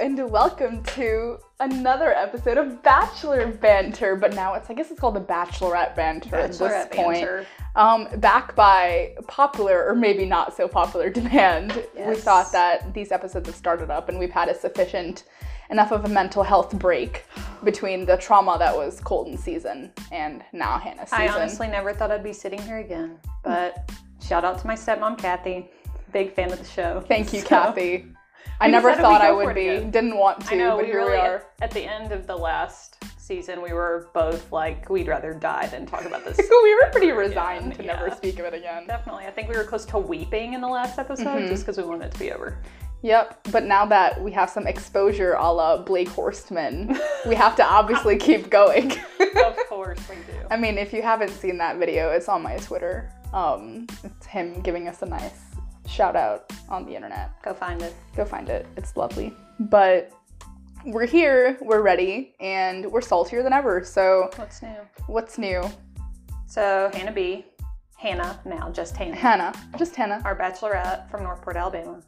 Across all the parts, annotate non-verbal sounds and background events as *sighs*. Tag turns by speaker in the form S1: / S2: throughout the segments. S1: and welcome to another episode of Bachelor Banter. But now it's, I guess it's called the Bachelorette Banter at
S2: Bachelorette
S1: this point.
S2: banter.
S1: Um, back by popular or maybe not so popular *laughs* demand, we
S2: Yes.
S1: thought that these episodes have started up and we've had a sufficient enough of a mental health break between the trauma that was Colton's season and now Hannah's season.
S2: I honestly never thought I'd be sitting here again,
S1: Mm.
S2: but shout out to my stepmom Kathy, big fan of the show.
S1: Thank you,
S2: So-
S1: Kathy. I
S2: we
S1: never
S2: decided
S1: thought
S2: we'd
S1: I
S2: go for
S1: would
S2: it
S1: be.
S2: again.
S1: Didn't want to,
S2: I know
S1: but
S2: we
S1: here
S2: really
S1: we are.
S2: at the end of the last season we were both like we'd rather die than talk about
S1: *laughs*
S2: this.
S1: we were pretty resigned to never
S2: yeah.
S1: speak of it again.
S2: Definitely, I think we were close to weeping in the last episode
S1: Mm-hmm.
S2: just because we wanted it to be
S1: *laughs*
S2: over.
S1: Yep. But now that we have some exposure a la Blake Horstman, we have to obviously keep going. *laughs*
S2: of course we do.
S1: I mean, if you haven't seen that video, it's on my Twitter. Um, it's him giving us a nice shout out on the internet.
S2: Go find it.
S1: Go find it. It's lovely. But we're here, we're ready, and we're saltier than ever. So,
S2: What's new?
S1: what's new?
S2: So Hannah B, Hannah now just Hannah.
S1: Hannah. Just Hannah. *laughs*
S2: our bachelorette from Northport, Alabama.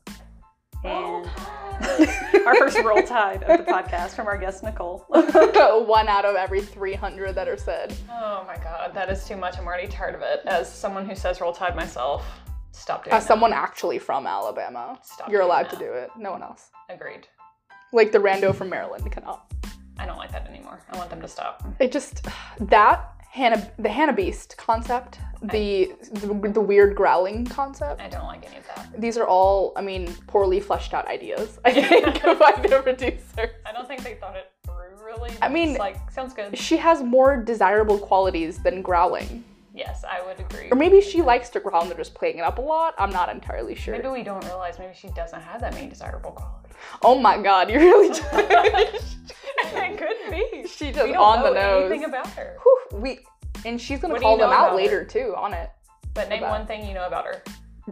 S2: And *laughs* our first roll tide of the podcast from our guest *laughs* Nicole. Oh
S1: One out of every 300 that are said.
S2: my god, that is too much. I'm already tired of it. As someone who says roll tide myself, stop doing
S1: As someone actually from Alabama,
S2: Stop
S1: you're
S2: doing
S1: allowed
S2: that.
S1: to do it. No one else.
S2: Agreed.
S1: Like the rando from Maryland cannot.
S2: I don't like that anymore. I want them to stop.
S1: It just that Hannah the Hannah Beast concept, the, the the weird growling concept.
S2: I don't like any of that.
S1: These are all, I mean, poorly fleshed out ideas. I think *laughs* by the producer.
S2: I don't think they thought it through really.
S1: I mean-
S2: It's like sounds good.
S1: She has more desirable qualities than growling,
S3: Yes, I would agree.
S1: or maybe she likes to growl and they're just playing it up a lot. I'm not entirely sure.
S3: Maybe we don't realize maybe she doesn't have that many
S1: *laughs*
S3: desirable
S2: *laughs*
S3: qualities.
S1: Oh my God, you're really *laughs*
S3: it could be.
S1: she just
S3: We don't
S1: on
S3: know
S1: the nose.
S3: anything about her.
S1: Whew, we and she's gonna
S3: What do
S1: call
S3: you know
S1: them out
S3: about
S1: later too on it.
S3: But name
S1: about-
S3: one thing you know about her.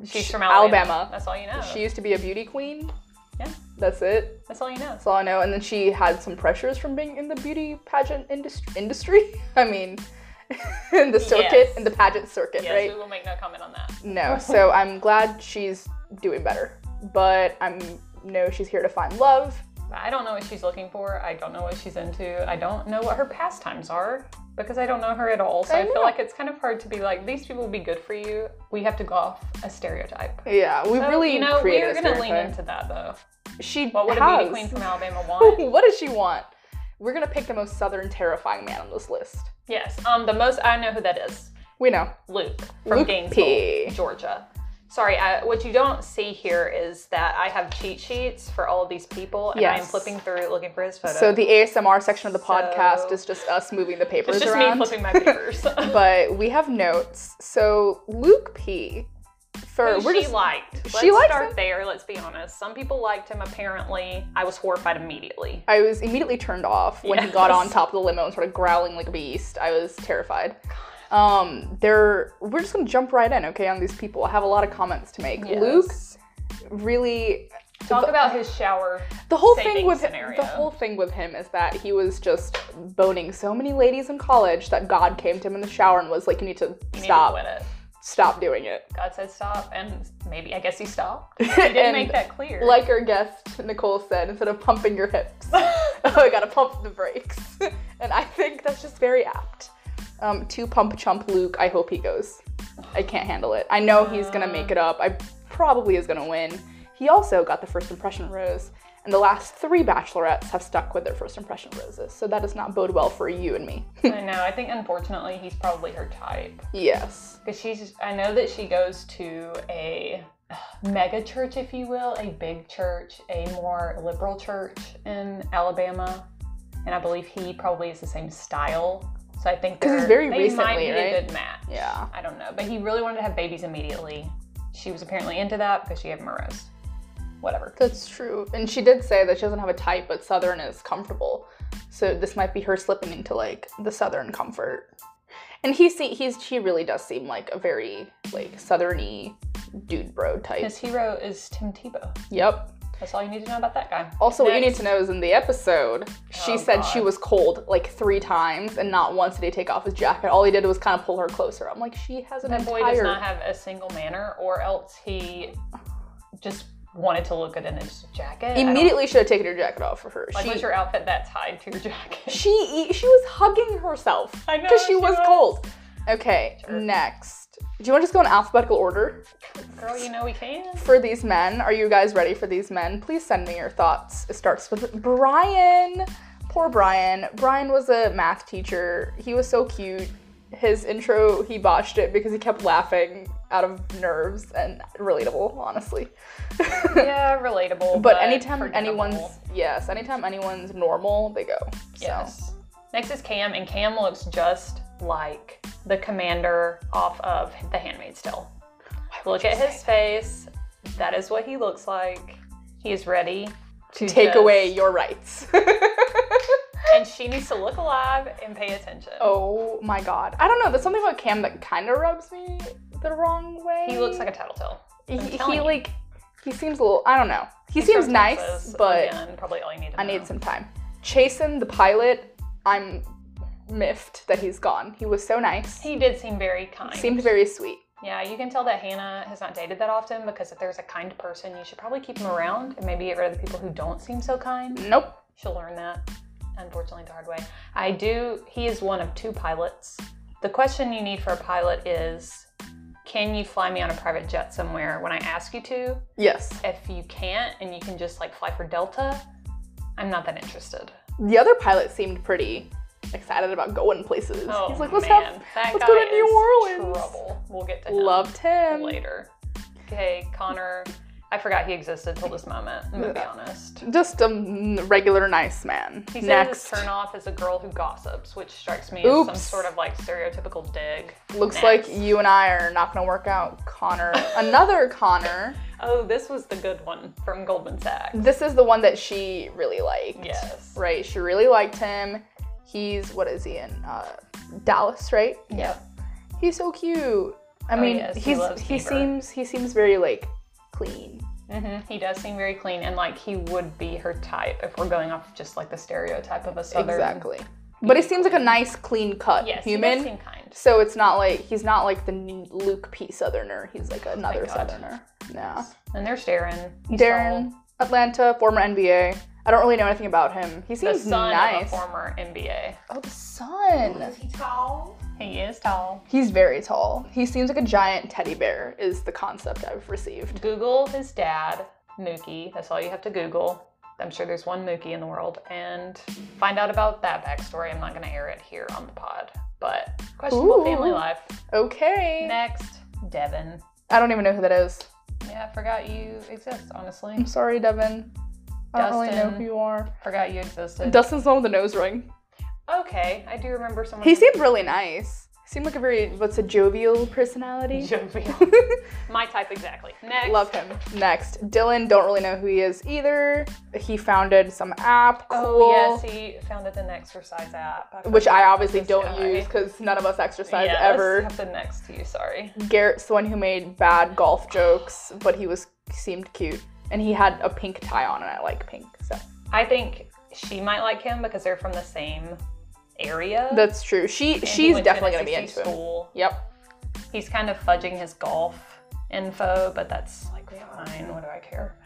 S3: She's
S1: Sh-
S3: from Alabama.
S1: Alabama.
S3: That's all you know.
S1: She used to be a beauty queen.
S3: Yeah.
S1: That's it.
S3: That's all you know.
S1: That's all I know. And then she had some pressures from being in the beauty pageant industry. Industry? *laughs* I mean, in the circuit,
S3: Yes.
S1: in the pageant circuit,
S3: Yes,
S1: right?
S3: we will make no comment on that.
S1: No.
S3: *laughs*
S1: So I'm glad she's doing better. But I'm no, she's here to find love.
S3: But I don't know what she's looking for. I don't know what she's into. I don't know what her pastimes are because I don't know her at all. So
S1: I
S3: I, feel
S1: know.
S3: like it's kind of hard to be like, these people will be good for you. We have to go off a stereotype.
S1: Yeah, we
S3: So,
S1: really
S3: you know, we
S1: created
S3: are
S1: a
S3: gonna lean
S1: stereotype.
S3: into that though.
S1: She
S3: What would
S1: has.
S3: a
S1: *laughs*
S3: beauty queen from Alabama want?
S1: what does she want? We're gonna pick the most southern terrifying man on this list.
S3: yes. Um, the most I know who that is.
S1: We know.
S3: Luke from
S1: Luke
S3: Gainesville,
S1: P.
S3: Georgia. Sorry, I, what you don't see here is that I have cheat sheets for all of these people, and I'm
S1: Yes.
S3: flipping through looking for his photo.
S1: So the ASMR section of the podcast
S3: So-
S1: is just us moving the papers
S3: it's just me
S1: around.
S3: flipping my papers. *laughs*
S1: but we have notes. So Luke P. For *laughs*
S3: Who
S1: we're
S3: she
S1: just
S3: liked. Let's
S1: she likes
S3: start
S1: him?
S3: there. Let's be honest. Some people liked him. Apparently, I was horrified immediately.
S1: I was immediately turned off when he got
S3: Yes.
S1: on top of the limo and started growling like a beast. I was terrified. Um, there we're just gonna jump right in, okay, on these people. I have a lot of comments to make. Luke really
S3: Talk about his shower.
S1: the whole thing
S3: saving
S1: with
S3: scenario.
S1: the whole thing with him is that he was just boning so many ladies in college that God came to him in the shower and was like, "You need to
S3: You need to
S1: stop,
S3: quit it.
S1: stop doing it."
S3: God said stop, and maybe I guess
S1: *laughs*
S3: he stopped. He didn't
S1: And
S3: make that clear.
S1: Like our guest Nicole said, instead of pumping your hips, *laughs* Oh, I gotta pump the brakes. *laughs* and I think that's just very apt. Um, to pump chump Luke, I hope he goes. I can't handle it. I know he's gonna make it up. I probably is gonna win. He also got the first impression rose, and the last three bachelorettes have stuck with their first impression roses. So that does not bode well for you and me.
S3: I know. I think unfortunately, he's probably her type.
S1: yes.
S3: Because she's, I know that she goes to a mega church, if you will, a big church, a more liberal church in Alabama. And I believe he probably is the same style. So I think
S1: 'Cause he's
S3: they're-
S1: very
S3: they
S1: recently,
S3: might be
S1: right?
S3: a good match.
S1: Yeah.
S3: I don't know. But he really wanted to have babies immediately. She was apparently into that because she had Murrow's. Whatever.
S1: That's true. And she did say that she doesn't have a type, but Southern is comfortable. So this might be her slipping into like the Southern comfort. And he see he's he really does seem like a very like southerny dude bro type.
S3: His hero is Tim Tebow.
S1: Yep.
S3: That's all you need to know about that guy.
S1: Also, what you need
S3: Next.
S1: to know is in the episode, she
S3: Oh,
S1: said she
S3: God.
S1: was cold like three times, and not once did he take off his jacket. All he did was kind of pull her closer. I'm like, she has an
S3: That
S1: entire
S3: boy does not have a single manner, or else he just wanted to look good in his jacket. I don't-
S1: Immediately should have taken her jacket off for her.
S3: Like,
S1: she,
S3: was your outfit that tied to your jacket? *laughs*
S1: she e- she was hugging herself
S3: I know,
S1: because she,
S3: she
S1: was,
S3: was.
S1: cold. Okay,
S3: Sure.
S1: next. Do you want to just go in alphabetical order
S3: Girl, you know we can.
S1: for these men? Are you guys ready for these men? Please send me your thoughts. It starts with Brian. Poor Brian. Brian was a math teacher. He was so cute. His intro, he botched it because he kept laughing out of nerves and relatable, honestly. *laughs*
S3: Yeah, relatable.
S1: But anytime
S3: forgettable.
S1: anyone's yes, anytime anyone's normal, they go. So
S3: Yes. Next is Cam, and Cam looks just like the commander off of The Handmaid's Tale. Look at his face. That is what he looks like. He is ready to
S1: take
S3: just-
S1: away your rights. *laughs*
S3: And she needs to look alive and pay attention.
S1: oh my god. I don't know, there's something about Cam that kind of rubs me the wrong way.
S3: He looks like a tattletale.
S1: he,
S3: I'm
S1: he,
S3: telling you.
S1: like he seems a little I don't know. He
S3: Picture
S1: seems
S3: of
S1: nice,
S3: Texas,
S1: but
S3: again, probably all you need to
S1: I
S3: know.
S1: need some time. Chasen the pilot, I'm miffed that he's gone. He was so nice.
S3: He did seem very kind.
S1: seemed very sweet.
S3: Yeah, you can tell that Hannah has not dated that often because if there's a kind person, you should probably keep him around and maybe get rid of the people who don't seem so kind.
S1: Nope.
S3: She'll learn that, unfortunately, the hard way. I do, he is one of two pilots. The question you need for a pilot is can you fly me on a private jet somewhere when I ask you to?
S1: Yes.
S3: If you can't and you can just like fly for Delta, I'm not that interested.
S1: The other pilot seemed pretty excited about going places.
S3: Oh,
S1: he's like, let's
S3: man.
S1: have
S3: that
S1: let's
S3: guy
S1: go to New
S3: is
S1: Orleans.
S3: Trouble. We'll get to him.
S1: loved him.
S3: later. Okay, Connor. I forgot he existed till this moment. I'm gonna be honest.
S1: Just a mm, regular nice man.
S3: He said his
S1: Next,
S3: turn off is a girl who gossips, which strikes me as some
S1: Oops.
S3: sort of like stereotypical dig.
S1: looks
S3: Next.
S1: like you and I are not gonna work out, Connor. Another Connor.
S3: Oh, this was the good one from Goldman Sachs.
S1: This is the one that she really liked.
S3: Yes.
S1: Right. She really liked him. He's what is he in? Uh, Dallas, right?
S3: Yep.
S1: He's so cute. I mean,
S3: Oh, yes, he
S1: he's
S3: loves
S1: he
S3: Bieber.
S1: seems he seems very like clean.
S3: hmm He does seem very clean, and like he would be her type if we're going off just like the stereotype of a southern.
S1: Exactly. But he seems like a nice, clean cut
S3: Yes. He
S1: human.
S3: does seem kind.
S1: So it's not like he's not like the new Luke P. Southerner. He's like another
S3: Oh God.
S1: Southerner. Nah.
S3: And there's Darren. He's
S1: Darren,
S3: tall.
S1: Atlanta, former NBA. I don't really know anything about him. He
S3: the
S1: seems
S3: son of a
S1: nice.
S3: former NBA.
S1: oh, the son.
S4: Is he tall?
S3: He is tall.
S1: He's very tall. He seems like a giant teddy bear. Is the concept I've received.
S3: Google his dad, Mookie. That's all you have to Google. I'm sure there's one Mookie in the world, and find out about that backstory. I'm not going to air it here on the pod, but questionable
S1: Ooh.
S3: family life.
S1: Okay.
S3: Next, Devin.
S1: I don't even know who that is.
S3: Yeah, I forgot you exist. Honestly,
S1: I'm sorry, Devin. I don't really know
S3: Dustin.
S1: who you are.
S3: forgot you existed.
S1: Dustin's the one with the nose ring.
S3: okay, I do remember someone.
S1: He
S3: *laughs*
S1: seemed really nice. He seemed like a very what's a jovial personality. *laughs*
S3: jovial. My type exactly. Next,
S1: Love him. Next, Dylan. Don't really know who he is either. He founded some app. Cool.
S3: Oh yes, he founded an exercise app, I
S1: which I obviously
S3: This
S1: don't
S3: guy.
S1: use because none of us exercise
S3: yes,
S1: ever.
S3: Something next to you. Sorry.
S1: Garrett's the one who made bad golf jokes, but he was seemed cute, and he had a pink tie on, and I like pink, so
S3: I think she might like him because they're from the same area.
S1: that's true. She
S3: and he
S1: she's
S3: went
S1: definitely
S3: an
S1: gonna be
S3: SEC
S1: into him.
S3: school.
S1: Yep.
S3: He's kind of fudging his golf info, but that's like fine. What do I care?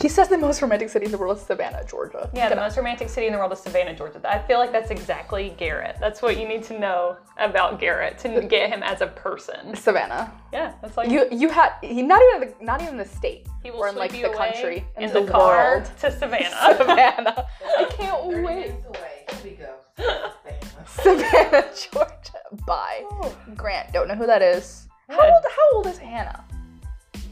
S1: He says the most romantic city in the world is Savannah, Georgia.
S3: Yeah, the most romantic city in the world is Savannah, Georgia. I feel like that's exactly Garrett. That's what you need to know about Garrett
S1: *laughs*
S3: to get him as a person.
S1: Savannah.
S3: Yeah, that's like
S1: You you had he not even the not even the
S3: *laughs*
S1: state.
S3: he will
S1: or in
S3: sweep
S1: like
S3: you
S1: the
S3: away
S1: country
S3: in
S1: and
S3: the,
S1: the
S3: car
S1: world.
S3: to
S1: *laughs*
S3: Savannah. *laughs*
S1: Savannah. I can't
S4: 30
S1: wait.
S4: minutes away. Here we go.
S1: Savannah, *laughs* Georgia. Bye. Grant, don't know who that is. How
S3: Oh. Good.
S1: old, how old is Hannah?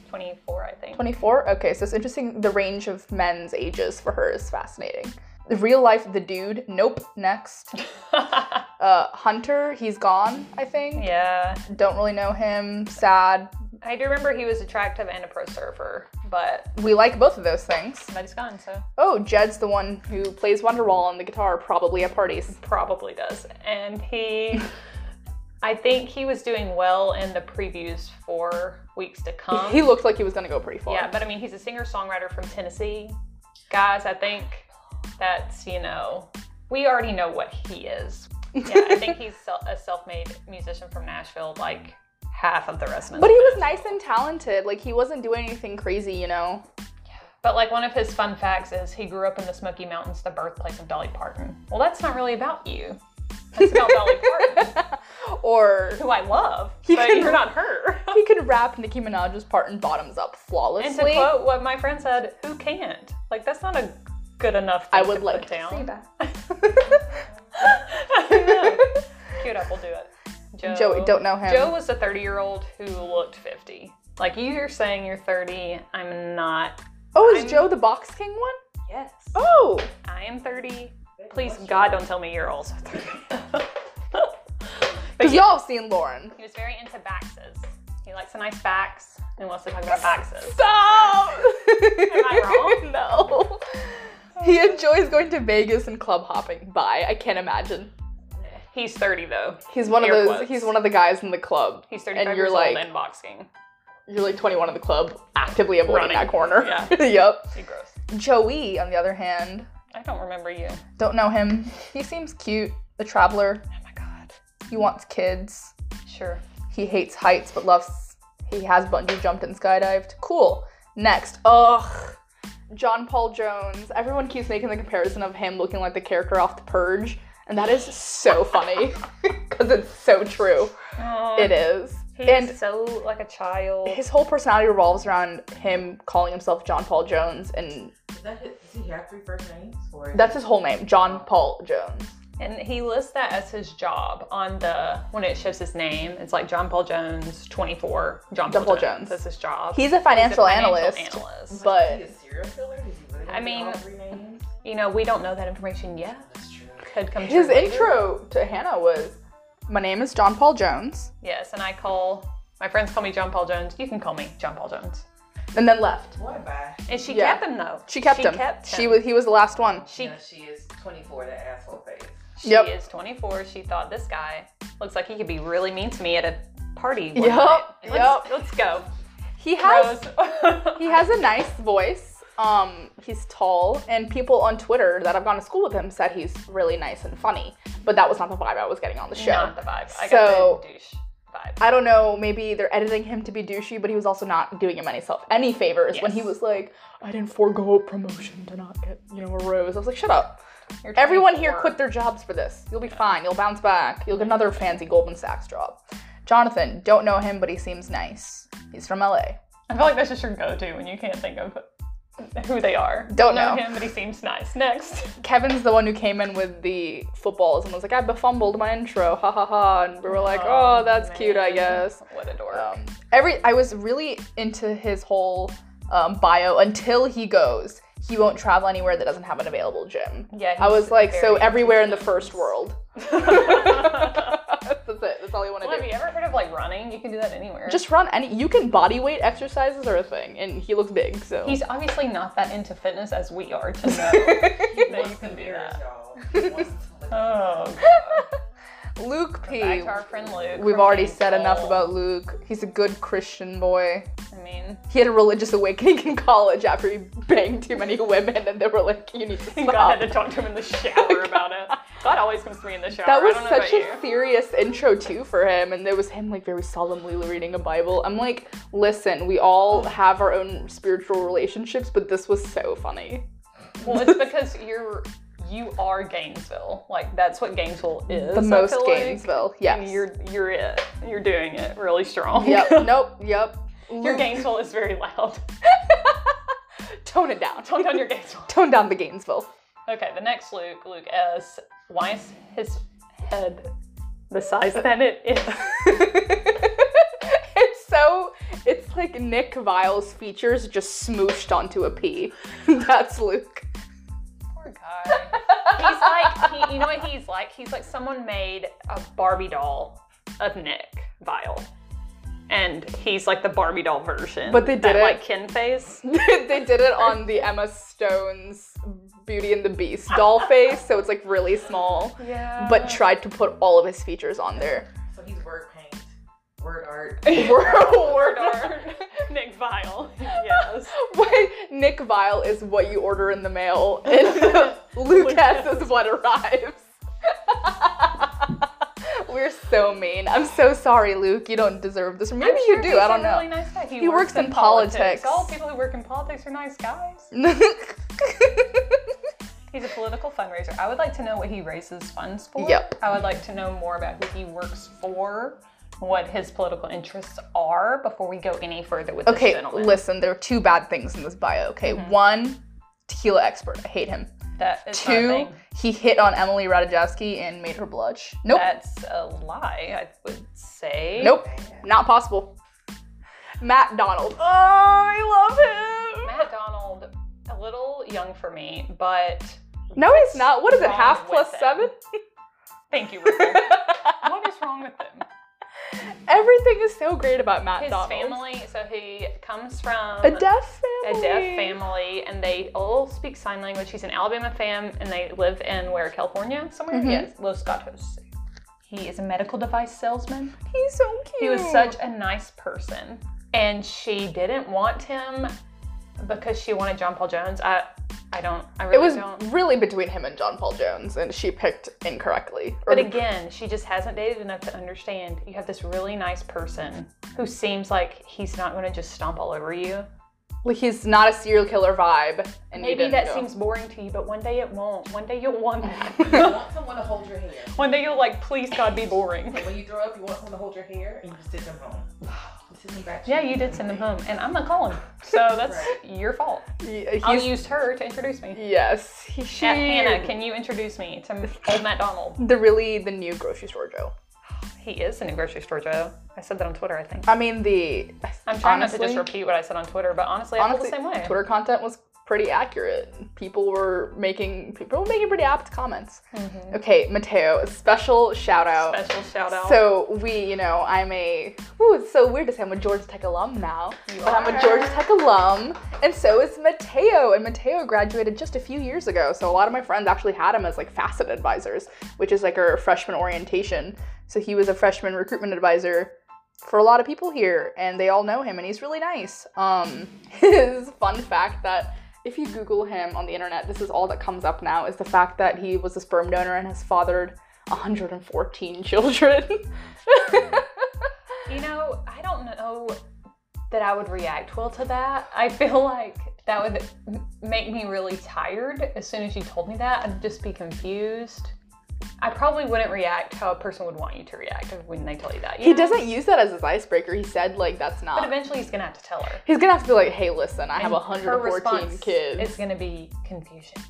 S3: 24, I think. *laughs*
S1: 24? Okay, so it's interesting. The range of men's ages for her is fascinating. The real life, the dude, nope, next. Uh, Hunter, he's gone, I think.
S3: yeah.
S1: Don't really know him, sad.
S3: I do remember he was attractive and a pro surfer, but
S1: We like both of those things.
S3: but he's gone, so
S1: Oh, Jed's the one who plays Wonderwall on the guitar, probably at parties.
S3: probably does. And he, I think he was doing well in the previews for weeks to come.
S1: He looked like he was gonna go pretty far.
S3: yeah, but I mean, he's a singer songwriter from Tennessee. Guys, I think that's you know we already know what he *laughs* is. Yeah, I think he's sel- a self-made musician from Nashville, like half of the rest of.
S1: But he was nice and talented. Like he wasn't doing anything crazy, you know.
S3: But like one of his fun facts is he grew up in the Smoky Mountains, the birthplace of Dolly Parton. Well, that's not really about you. That's about Dolly Parton,
S1: *laughs* or
S3: who I love,
S1: You
S3: but
S1: can-
S3: you're not
S1: *laughs*
S3: her.
S1: he could wrap Nicki Minaj's part in bottoms up
S3: And
S1: flawlessly.
S3: to quote what my friend said, who can't? Like that's not a good enough. Thing
S1: I would
S3: to
S1: like
S3: put
S1: to
S3: down.
S1: see
S3: *laughs*
S1: *laughs*
S3: that. Cute up will do it. Joe,
S1: Joey, don't know him.
S3: Joe was a 30 year old who looked 50. Like you're saying you're 30. I'm not.
S1: oh, is
S3: I'm-
S1: Joe the Box King one?
S2: Yes.
S1: Oh,
S3: I am 30. Please, God, don't tell me you're also
S1: *laughs*
S3: 30. but
S1: because
S3: he,
S1: y'all have seen Lauren.
S3: he was very into baxes. He likes a nice bax and wants to talk about baxes.
S1: Stop!
S3: I
S1: *laughs*
S3: wrong?
S1: no. He enjoys going to Vegas and club hopping. Bye. I can't imagine.
S3: He's 30 though.
S1: He's one of
S3: Air
S1: those.
S3: quotes.
S1: He's one of the guys in the club.
S3: He's 35
S1: And you're
S3: years
S1: like-
S3: old and boxing.
S1: You're like 21 in the club, actively avoiding
S3: Running.
S1: that corner. *laughs*
S3: Yeah.
S1: yep.
S3: He gross.
S1: Joey, on the other hand,
S3: I don't remember you.
S1: don't know him. He seems cute. The traveler.
S3: Oh my God.
S1: He wants kids.
S3: Sure.
S1: He hates heights but loves. He has bungee jumped and skydived. Cool. Next. Ugh. John Paul Jones. Everyone keeps making the comparison of him looking like the character off The Purge, and that is so funny *laughs* because it's so true.
S3: Oh,
S1: It is.
S3: He's
S1: And
S3: so like a child.
S1: his whole personality revolves around him calling himself John Paul Jones, and
S4: Is that his, does he have three first names? Or is
S1: that's his whole name, John Paul Jones.
S3: And he lists that as his job on the when it shows his name. It's like John Paul Jones, 24. John,
S1: John Paul
S3: Paul Jones.
S1: Jones.
S3: That's his job.
S1: He's a financial, analyst,
S3: analyst.
S4: is
S1: but
S4: he a serial killer? Does he literally
S3: I mean-
S4: have all three names?
S3: You know, we don't know that information yet.
S4: That's true.
S3: Could come
S1: his
S3: true later.
S1: intro to Hannah was, "My name is John Paul Jones,"
S3: Yes, and I call my friends call me John Paul Jones. You can call me John Paul Jones.
S1: and then left.
S4: Boy, bye.
S3: And she
S1: Yeah.
S3: kept him though.
S1: She kept him. She was. He was the last one.
S3: She,
S4: no, she is 24, that asshole face.
S3: she
S1: Yep.
S3: is 24. She thought this guy looks like he could be really mean to me at a party. one
S1: Yep,
S3: night. Let's,
S1: yep.
S3: let's go.
S1: He has.
S3: Rose. *laughs*
S1: He has a nice voice. Um, he's tall, and people on Twitter that I've gone to school with him said he's really nice and funny. But that was not the vibe I was getting on the show.
S3: Not the vibe.
S1: So-
S3: I got the douche vibe.
S1: I don't know. Maybe they're editing him to be douchey, but he was also not doing him any self any favors when he
S3: Yes.
S1: was like, "I didn't forego promotion to not get you know a rose." I was like, "Shut up!
S3: You're
S1: Everyone here
S3: 24.
S1: quit their jobs for this. You'll be fine. You'll bounce back. You'll get another fancy Goldman Sachs job." Jonathan, don't know him, but he seems nice. He's from LA.
S3: I feel like that's just your go-to when you can't think of who they are.
S1: Don't know.
S3: him, but he seems nice. Next,
S1: Kevin's the one who came in with the footballs and was like, I befumbled my intro, ha ha ha. And we were like, oh, that's cute, I
S3: man.
S1: guess.
S3: What a dork.
S1: Um, every I was really into his whole um, bio until he goes. He won't travel anywhere that doesn't have an available gym.
S3: Yeah,
S1: I was
S3: he's
S1: like, so
S3: very
S1: everywhere in the
S3: anti-gyms.
S1: first
S3: *laughs*
S1: world. *laughs* that's it. That's all you want to
S3: Well, have
S1: do.
S3: you ever heard of like running? You can do that anywhere.
S1: Just run any. You can body weight exercises are a thing, and he looks big, so *laughs*
S3: he's obviously not that into fitness as we are to know that you can do
S4: There's
S3: that. *laughs*
S4: y'all. He wants to look
S3: Oh,
S1: Luke P.
S3: back to our friend Luke.
S1: We've
S3: from
S1: already
S3: Maine.
S1: said enough
S3: Oh,
S1: about Luke. He's a good Christian boy.
S3: I
S1: *laughs*
S3: mean,
S1: He had a religious awakening in college after he banged too many women, and they were like, "You need to stop."
S3: God had to talk to
S1: *laughs*
S3: him in the shower about it. God always comes to me in the shower.
S1: Oh That was
S3: I don't know
S1: such
S3: about
S1: a serious intro too for him, and there was him like very solemnly reading a Bible. I'm like, listen, we all have our own spiritual relationships, but this was so funny.
S3: you. Well, it's because you're you are Gainesville. Like that's what Gainesville is.
S1: The
S3: I
S1: most
S3: feel like.
S1: Gainesville, yes.
S3: You're you're it. You're doing it really strong.
S1: yep. Nope. Yep.
S3: *laughs* your
S1: Luke,
S3: Gainesville is very loud. *laughs*
S1: tone it down.
S3: Tone down your Gainesville.
S1: Tone down the Gainesville.
S3: Okay, the next Luke, Luke S. Why is his head the size that it is?
S1: *laughs* it's so it's like Nick Vile's features just smooshed onto a P. *laughs* That's Luke. *laughs*
S3: Poor guy. He's like, he, you know what he's like? He's like someone made a Barbie doll of Nick Vile. And he's like the Barbie doll version.
S1: But they did
S3: that,
S1: it.
S3: like Ken face.
S1: they did it on the Emma Stone's Beauty and the Beast doll face, so it's like really small.
S3: Yeah.
S1: But tried to put all of his features on there. *laughs*
S4: So he's word paint, word
S3: *laughs*
S4: art.
S1: Word
S3: Darn. Nick Vile. *laughs* Yes.
S1: What Nick Vile is what you order in the mail,
S3: *laughs*
S1: and Lucas is what arrives. *laughs* We're so mean. I'm so sorry, Luke. You don't deserve this. Maybe
S3: I'm
S1: you
S3: sure
S1: do.
S3: he's
S1: I don't
S3: a
S1: know.
S3: Really nice guy. He,
S1: He works in politics.
S3: All people who work in politics are nice guys. He's a political fundraiser. I would like to know what he raises funds for.
S1: Yep.
S3: I would like to know more about who he works for, what his political interests are before we go any further with
S1: *laughs*
S3: this
S1: okay,
S3: gentleman.
S1: listen. There are two bad things in this bio. Okay,
S3: Mm-hmm.
S1: one, tequila expert. I hate him.
S3: That is not a
S1: Two,
S3: thing.
S1: he hit on Emily Ratajkowski and made her blush. Nope.
S3: That's a lie, I would say.
S1: Nope. Not possible. Matt Donald. Oh, I love him.
S3: Matt Donald, a little young for me, but
S1: No, he's not. What is it?
S3: wrong
S1: Half
S3: with
S1: plus
S3: him? *laughs*
S1: seven?
S3: thank you,
S1: *laughs*
S3: Ripple. what is wrong with him?
S1: Everything is so great about Matt
S3: His
S1: Donald.
S3: family, so he comes from
S1: A deaf
S3: a
S1: family.
S3: deaf family, and they all speak sign language. He's an Alabama fam, and they live in where California, somewhere.
S1: Mm-hmm.
S3: Yes, Los Gatos. He is a medical device salesman.
S1: He's so cute.
S3: He was such a nice person, and she didn't want him because she wanted John Paul Jones. I, I don't. I
S1: It
S3: really
S1: was
S3: don't.
S1: really between him and John Paul Jones, and she picked incorrectly. Or-
S3: But again, she just hasn't dated enough to understand. You have this really nice person who seems like he's not going to just stomp all over you.
S1: like he's not a serial killer vibe. And you
S3: Maybe
S1: didn't
S3: that
S1: know.
S3: seems boring to you, but one day it won't. One day you'll want
S4: You
S3: that. *laughs*
S4: want someone to hold your hand.
S3: One day you'll like, please God, be boring.
S4: When you throw up, you want someone to hold your hair and you send them home. You send them back to
S3: Yeah, you did send him home, and I'm not calling.
S1: *laughs*
S3: So that's your fault.
S1: *laughs*
S3: *laughs*
S1: He-
S3: I'll
S1: he's-
S3: use her to introduce me.
S1: yes. He, she,
S3: Yeah, Hannah, can you introduce me to old Matt Donald?
S1: the really the new grocery store Joe.
S3: He is in a grocery store, Joe. I said that on Twitter, I think.
S1: I mean the.
S3: I'm trying
S1: honestly,
S3: not to just repeat what I said on Twitter, but honestly,
S1: honestly,
S3: I feel the same way.
S1: Twitter content was pretty accurate. People were making people were making pretty apt comments. Okay, Mateo, a special shout out.
S3: Mm-hmm. Special shout out.
S1: So we, you know, I'm a. Ooh, it's so weird to say I'm a Georgia Tech alum now, but I'm a Georgia Tech alum, and so is Mateo. And Mateo graduated just a few years ago, so a lot of my friends actually had him as like facet advisors, which is like our freshman orientation. So he was a freshman recruitment advisor for a lot of people here, and they all know him, and he's really nice. Um, *laughs* his fun fact that if you Google him on the internet, this is all that comes up now is the fact that he was a sperm donor and has fathered 114 *laughs* children.
S3: You know, I don't know that I would react well to that. I feel like that would m- make me really tired as soon as you told me that. I'd just be confused. I probably wouldn't react how a person would want you to react when they tell you that. you
S1: he
S3: know?
S1: doesn't use that as his icebreaker. He said like that's
S3: But
S1: not.
S3: eventually, he's gonna have to tell her.
S1: He's gonna have to be like, hey, listen, I have
S3: And her
S1: 114
S3: response
S1: kids.
S3: It's gonna be confusion,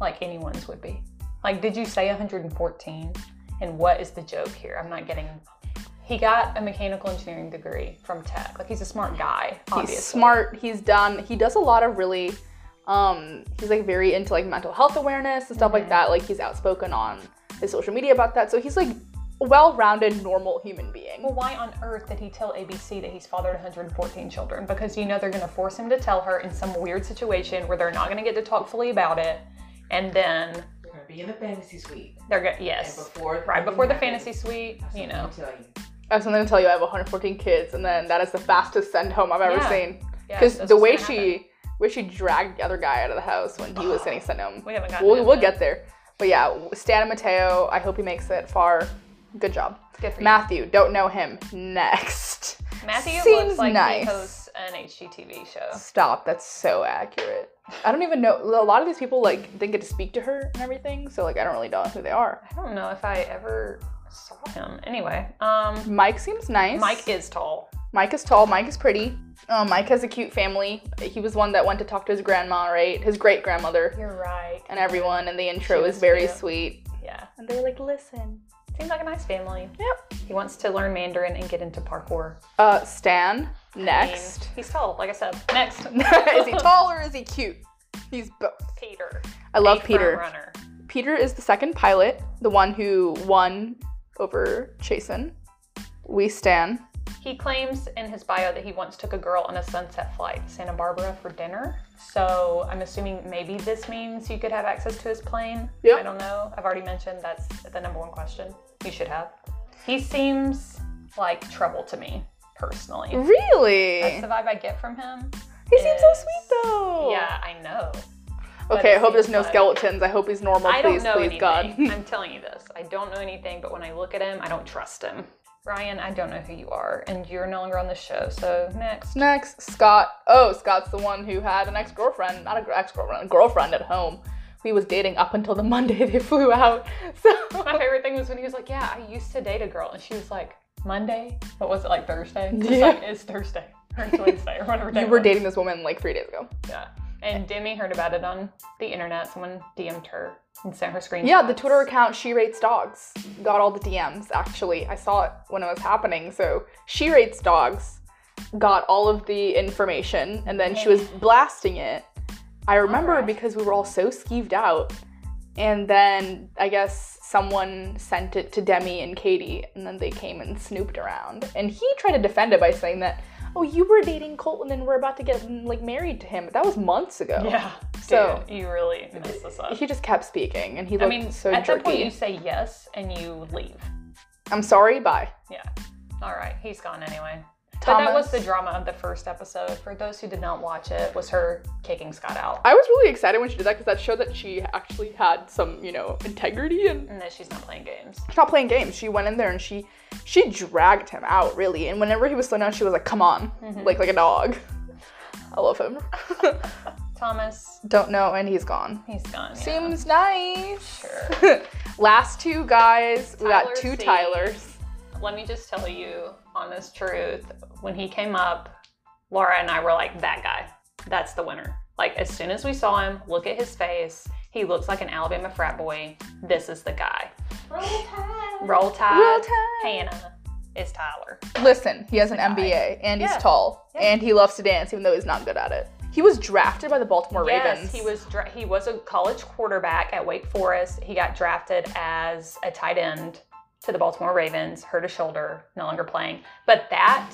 S3: like anyone's would be. Like, did you say 114? And what is the joke here? I'm not getting. He got a mechanical engineering degree from Tech. Like, he's a smart guy. Obviously.
S1: He's smart. He's done. He does a lot of really. Um, he's like very into like mental health awareness and stuff
S3: Mm-hmm.
S1: like that. Like he's outspoken on his social media about that. So he's like a well-rounded, normal human being.
S3: Well, why on earth did he tell ABC that he's fathered 114 children? Because you know they're going to force him to tell her in some weird situation where they're not going to get to talk fully about it, and then
S4: You're gonna be in the fantasy suite.
S3: they're going to
S4: And
S3: yes,
S4: before
S3: right before the fantasy suite, you know.
S4: Tell you.
S1: I have something to tell you. I have 114 kids, and then that is the fastest send home I've ever
S3: Yeah.
S1: seen.
S3: Yeah,
S1: Because
S3: that's
S1: the
S3: what's
S1: way
S3: gonna
S1: she, way she dragged the other guy out of the house when he
S3: *sighs*
S1: was getting sent home.
S3: We haven't gotten
S1: We'll,
S3: there
S1: we'll
S3: yet.
S1: get there. But yeah, Stan and Mateo. I hope he makes it far. Good job.
S3: Good for you.
S1: Matthew, don't know him. Next.
S3: Matthew
S1: Seems
S3: looks like
S1: nice.
S3: he hosts an HGTV show.
S1: Stop. That's so accurate. I don't even know. A lot of these people like didn't get to speak to her and everything, so like I don't really know who they are.
S3: I don't know if I ever saw him. Anyway, um,
S1: Mike seems nice.
S3: Mike is tall.
S1: Mike is tall. Mike is pretty. Uh, Mike has a cute family. He was one that went to talk to his grandma, right? His great grandmother
S3: You're right.
S1: and everyone, and the intro
S3: She
S1: is
S3: was
S1: very
S3: cute.
S1: sweet.
S3: Yeah,
S1: And they're like, listen.
S3: seems like a nice family.
S1: Yep.
S3: He wants to learn Mandarin and get into parkour.
S1: Uh, Stan,
S3: I mean,
S1: next. *laughs*
S3: he's tall. Like I said, next.
S1: is he tall or is he cute? He's both.
S3: Peter.
S1: I love
S3: Eight-round
S1: Peter.
S3: Runner.
S1: Peter is the second pilot, the one who won over Chasen. We Stan.
S3: He claims in his bio that he once took a girl on a sunset flight to Santa Barbara for dinner. So I'm assuming maybe this means you could have access to his plane.
S1: Yep.
S3: I don't know. I've already mentioned that's the number one question you should have. He seems like trouble to me personally.
S1: Really?
S3: That's the vibe I get from him.
S1: he seems so
S3: is-
S1: sweet though.
S3: Yeah, I know. but
S1: Okay,
S3: it
S1: I hope there's
S3: seems
S1: no
S3: like-
S1: skeletons. I hope he's normal.
S3: I don't
S1: please,
S3: know
S1: please,
S3: anything. *laughs*
S1: God.
S3: I'm telling you this. I don't know anything, but when I look at him, I don't trust him. Ryan, I don't know who you are, and you're no longer on the show. So next,
S1: *laughs* Next, Scott. Oh, Scott's the one who had an ex-girlfriend, not an ex-girlfriend, a girlfriend at home. who He was dating up until the *laughs* Monday they flew out. *laughs* So
S3: my favorite thing was when he was like, "Yeah, I used to date a girl," and she was like, "Monday? What was it like Thursday?" It's
S1: Yeah.
S3: like, it's Thursday or it's Wednesday or whatever. day
S1: you
S3: it
S1: were
S3: was."
S1: dating this woman like three days ago.
S3: Yeah. And Demi heard about it on the internet. Someone DM'd her and sent her screenshots.
S1: Yeah, the Twitter account She Rates Dogs got all the DMs actually. I saw it when it was happening. So She Rates Dogs got all of the information and then she was blasting it. I remember
S3: Alright.
S1: because we were all so skeeved out. And then I guess someone sent it to Demi and Katie, and then they came and snooped around. And he tried to defend it by saying that, "Oh, you were dating Colton, and we're about to get like married to him, but that was months ago."
S3: Yeah.
S1: So-
S3: So you really messed this up.
S1: He just kept speaking, and he
S3: I
S1: looked
S3: mean,
S1: so
S3: at
S1: jerky.
S3: that point you say yes and you leave.
S1: I'm sorry, bye.
S3: Yeah. All right. He's gone anyway. But
S1: Thomas.
S3: that was the drama of the first episode. For those who did not watch it, was her kicking Scott out
S1: I was really excited when she did that because that showed that she actually had some, you know, integrity and
S3: and that she's not playing games.
S1: she's not playing games. She went in there and she she dragged him out really. And whenever he was slow down, she was like, "Come on,"
S3: Mm-hmm.
S1: like like a dog. I love him.
S3: Thomas,
S1: Don't know, and he's gone.
S3: he's gone. yeah.
S1: Seems nice.
S3: Sure.
S1: *laughs* Last two guys, we got
S3: Tyler
S1: two
S3: C.
S1: Tylers.
S3: Let me just tell you honest truth. When he came up, Laura and I were like, that guy, that's the winner. Like, as soon as we saw him, look at his face. He looks like an Alabama frat boy. This is the guy.
S4: Roll Tide.
S3: Roll Tide.
S1: Roll Tide.
S3: Hannah is Tyler.
S1: Listen, he has an MBA and he's
S3: Yeah.
S1: tall
S3: Yeah.
S1: and he loves to dance, even though he's not good at it. He was drafted by the Baltimore
S3: yes,
S1: Ravens.
S3: he was dra- he was a college quarterback at Wake Forest. He got drafted as a tight end to the Baltimore Ravens. Hurt a shoulder, no longer playing. But that,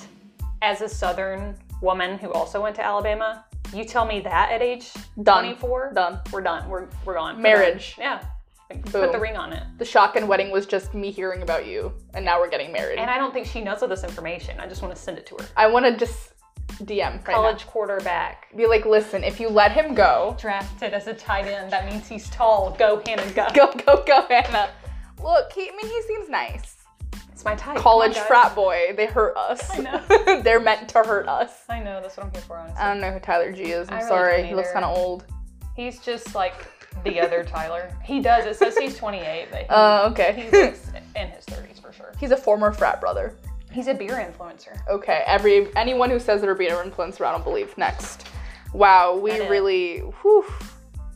S3: as a Southern woman who also went to Alabama, you tell me that at age
S1: Done.
S3: 24,
S1: done.
S3: we're done. We're we're gone. We're
S1: Marriage.
S3: done. Yeah. Like,
S1: Boom.
S3: Put the ring on it.
S1: The shock and wedding was just me hearing about you, and now we're getting married.
S3: And I don't think she knows all this information. I just want to send it to her.
S1: I want to just DM right
S3: College quarterback.
S1: now. Be like, listen, if you let him go, *laughs*
S3: Drafted as a tight end. That means he's tall. Go, Hannah, go.
S1: go, go, go, Hannah. Look, he, I mean, he seems nice.
S3: It's Oh my type. Come on,
S1: College
S3: guys.
S1: frat boy. They hurt us.
S3: I
S1: *laughs*
S3: know.
S1: They're meant to hurt us.
S3: I know. That's what I'm here for, honestly.
S1: I don't know who Tyler G is. I'm
S3: I really
S1: sorry.
S3: don't
S1: He looks
S3: either.
S1: kind of old.
S3: He's just like the other Tyler. He does. It says he's 28, but he,
S1: Uh,
S3: he
S1: okay.
S3: looks in his 30s for sure.
S1: *laughs* He's a former frat brother.
S3: He's a beer influencer.
S1: Okay. Every anyone who says they're being an influencer, I don't believe. Next. Wow, we
S3: That is-
S1: really. Whew,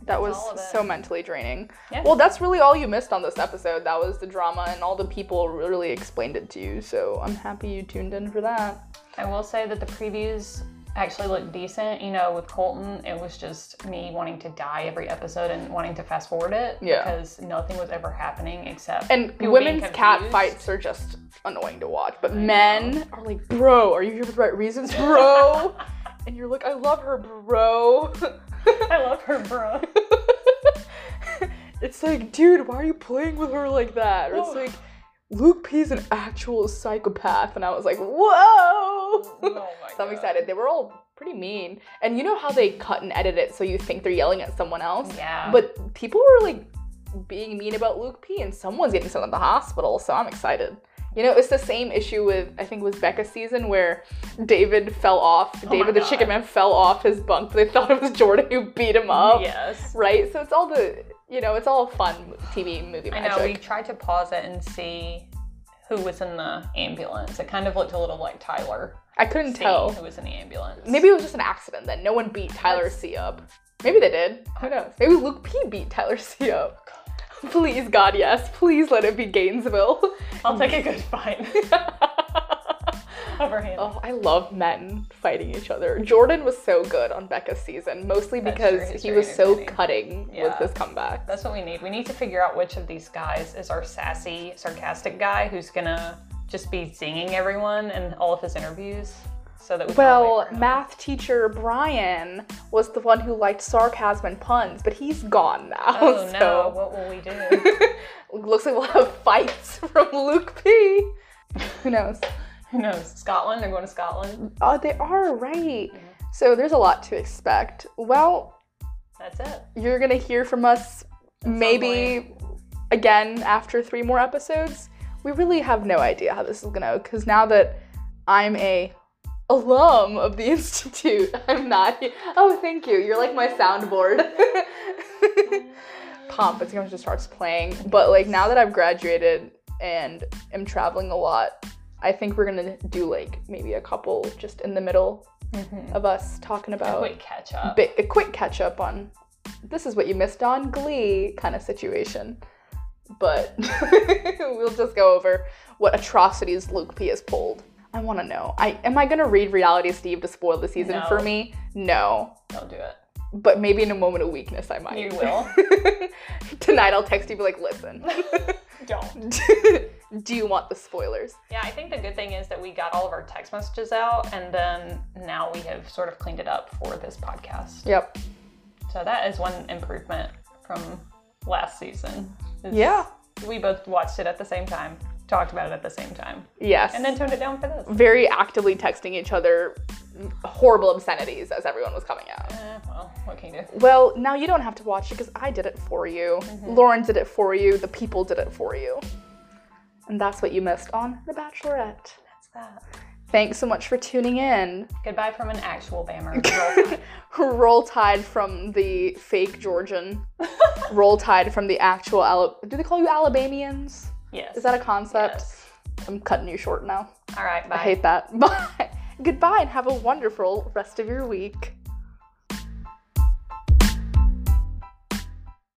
S1: that was
S3: all of it.
S1: so mentally draining.
S3: Yeah.
S1: Well, that's really all you missed on this episode. That was the drama, and all the people really explained it to you. So I'm happy you tuned in for that.
S3: I will say that the previews actually look decent. You know, with Colton, it was just me wanting to die every episode and wanting to fast forward it
S1: Yeah.
S3: because nothing was ever happening except
S1: *laughs* And
S3: people being
S1: women's cat
S3: confused.
S1: fights are just annoying to watch, but men are like, bro, are you here for the right reasons,
S3: *laughs*
S1: bro? and you're like, I love her, bro. *laughs*
S3: I love her, bro.
S1: it's like, dude, why are you playing with her like that? Or it's like, Luke P is an actual psychopath, and I was like, whoa. *laughs*
S3: Oh my
S1: So I'm
S3: God.
S1: excited. They were all pretty mean. And you know how they cut and edit it so you think they're yelling at someone else?
S3: Yeah.
S1: But people were like being mean about Luke P and someone's getting sent to the hospital, so I'm excited. You know, it's the same issue with I think it was Becca's season where David fell off. David the
S3: Oh God.
S1: chicken man fell off his bunk. They thought it was Jordan who beat him up.
S3: yes.
S1: Right? So it's all the you know, it's all fun TV movie
S3: I know. We
S1: magic.
S3: tried to pause it and see who was in the ambulance. It kind of looked a little like Tyler.
S1: I couldn't
S3: seeing
S1: tell.
S3: who was in the ambulance.
S1: Maybe it was just an accident then. No one beat Tyler C up. Maybe they did. Who knows? Maybe Luke P beat Tyler C up. *laughs* Please, God, yes. Please let it be Gainesville. *laughs*
S3: I'll take a good *laughs* fight over him.
S1: oh, I love men fighting each other. Jordan was so good on Becca's season, mostly
S3: That's
S1: because
S3: true, he's
S1: he
S3: very
S1: was so
S3: entertaining.
S1: cutting with
S3: Yeah.
S1: his comeback.
S3: That's what we need. We need to figure out which of these guys is our sassy, sarcastic guy who's gonna just be zinging everyone in all of his interviews, so that we. can all
S1: Well,
S3: wait for him.
S1: math teacher Brian was the one who liked sarcasm and puns, but he's gone now.
S3: Oh
S1: *laughs* so
S3: no! What will we do?
S1: *laughs* looks like we'll have fights *laughs* from Luke P. Who knows? Uh,
S3: Who knows? Scotland? They're going to Scotland.
S1: Oh, they are right. So there's a lot to expect. Well,
S3: That's it.
S1: You're gonna hear from us maybe again after three more episodes. We really have no idea how this is gonna go because now that I'm a alum of the *laughs* institute, I'm not. Oh, thank you. You're like my soundboard. Pump. It's gonna just starts playing. But like now that I've graduated and am traveling a lot, I think we're gonna do like maybe a couple just in the middle of us talking
S3: A
S1: about
S3: quick catch up.
S1: Oh. bit, a quick catch up on this is what you missed on Glee kind of situation. But *laughs* we'll just go over what atrocities Luke P has pulled. I want to know. I am I gonna read Reality Steve to spoil the season
S3: No.
S1: for me? No,
S3: Don't do it.
S1: but maybe in a moment of weakness I might.
S3: You will.
S1: *laughs* Tonight I'll text you be like, listen, *laughs*
S3: Don't.
S1: do you want the spoilers?
S3: Yeah, I think the good thing is that we got all of our text messages out, and then now we have sort of cleaned it up for this podcast.
S1: Yep.
S3: So that is one improvement from last season. is
S1: Yeah.
S3: We both watched it at the same time, talked about it at the same time,
S1: Yes.
S3: and then toned it down for this.
S1: very actively texting each other horrible obscenities as everyone was coming out.
S3: Eh, well, what can you do?
S1: Well, now you don't have to watch it because I did it for you.
S3: Mm-hmm.
S1: Lauren did it for you. The people did it for you. And that's what you missed on The Bachelorette.
S3: That's that.
S1: Thanks so much for tuning in. *laughs*
S3: Goodbye from an actual bammer. Roll Tide.
S1: Roll Tide from the fake
S3: *laughs*
S1: Georgian. Roll Tide from the actual Ala- Do they call you Alabamians?
S3: yes.
S1: Is that a concept?
S3: Yes.
S1: I'm cutting you short now.
S3: All right.
S1: *laughs*
S3: Bye.
S1: I hate that. Bye. Goodbye and have a wonderful rest of your week.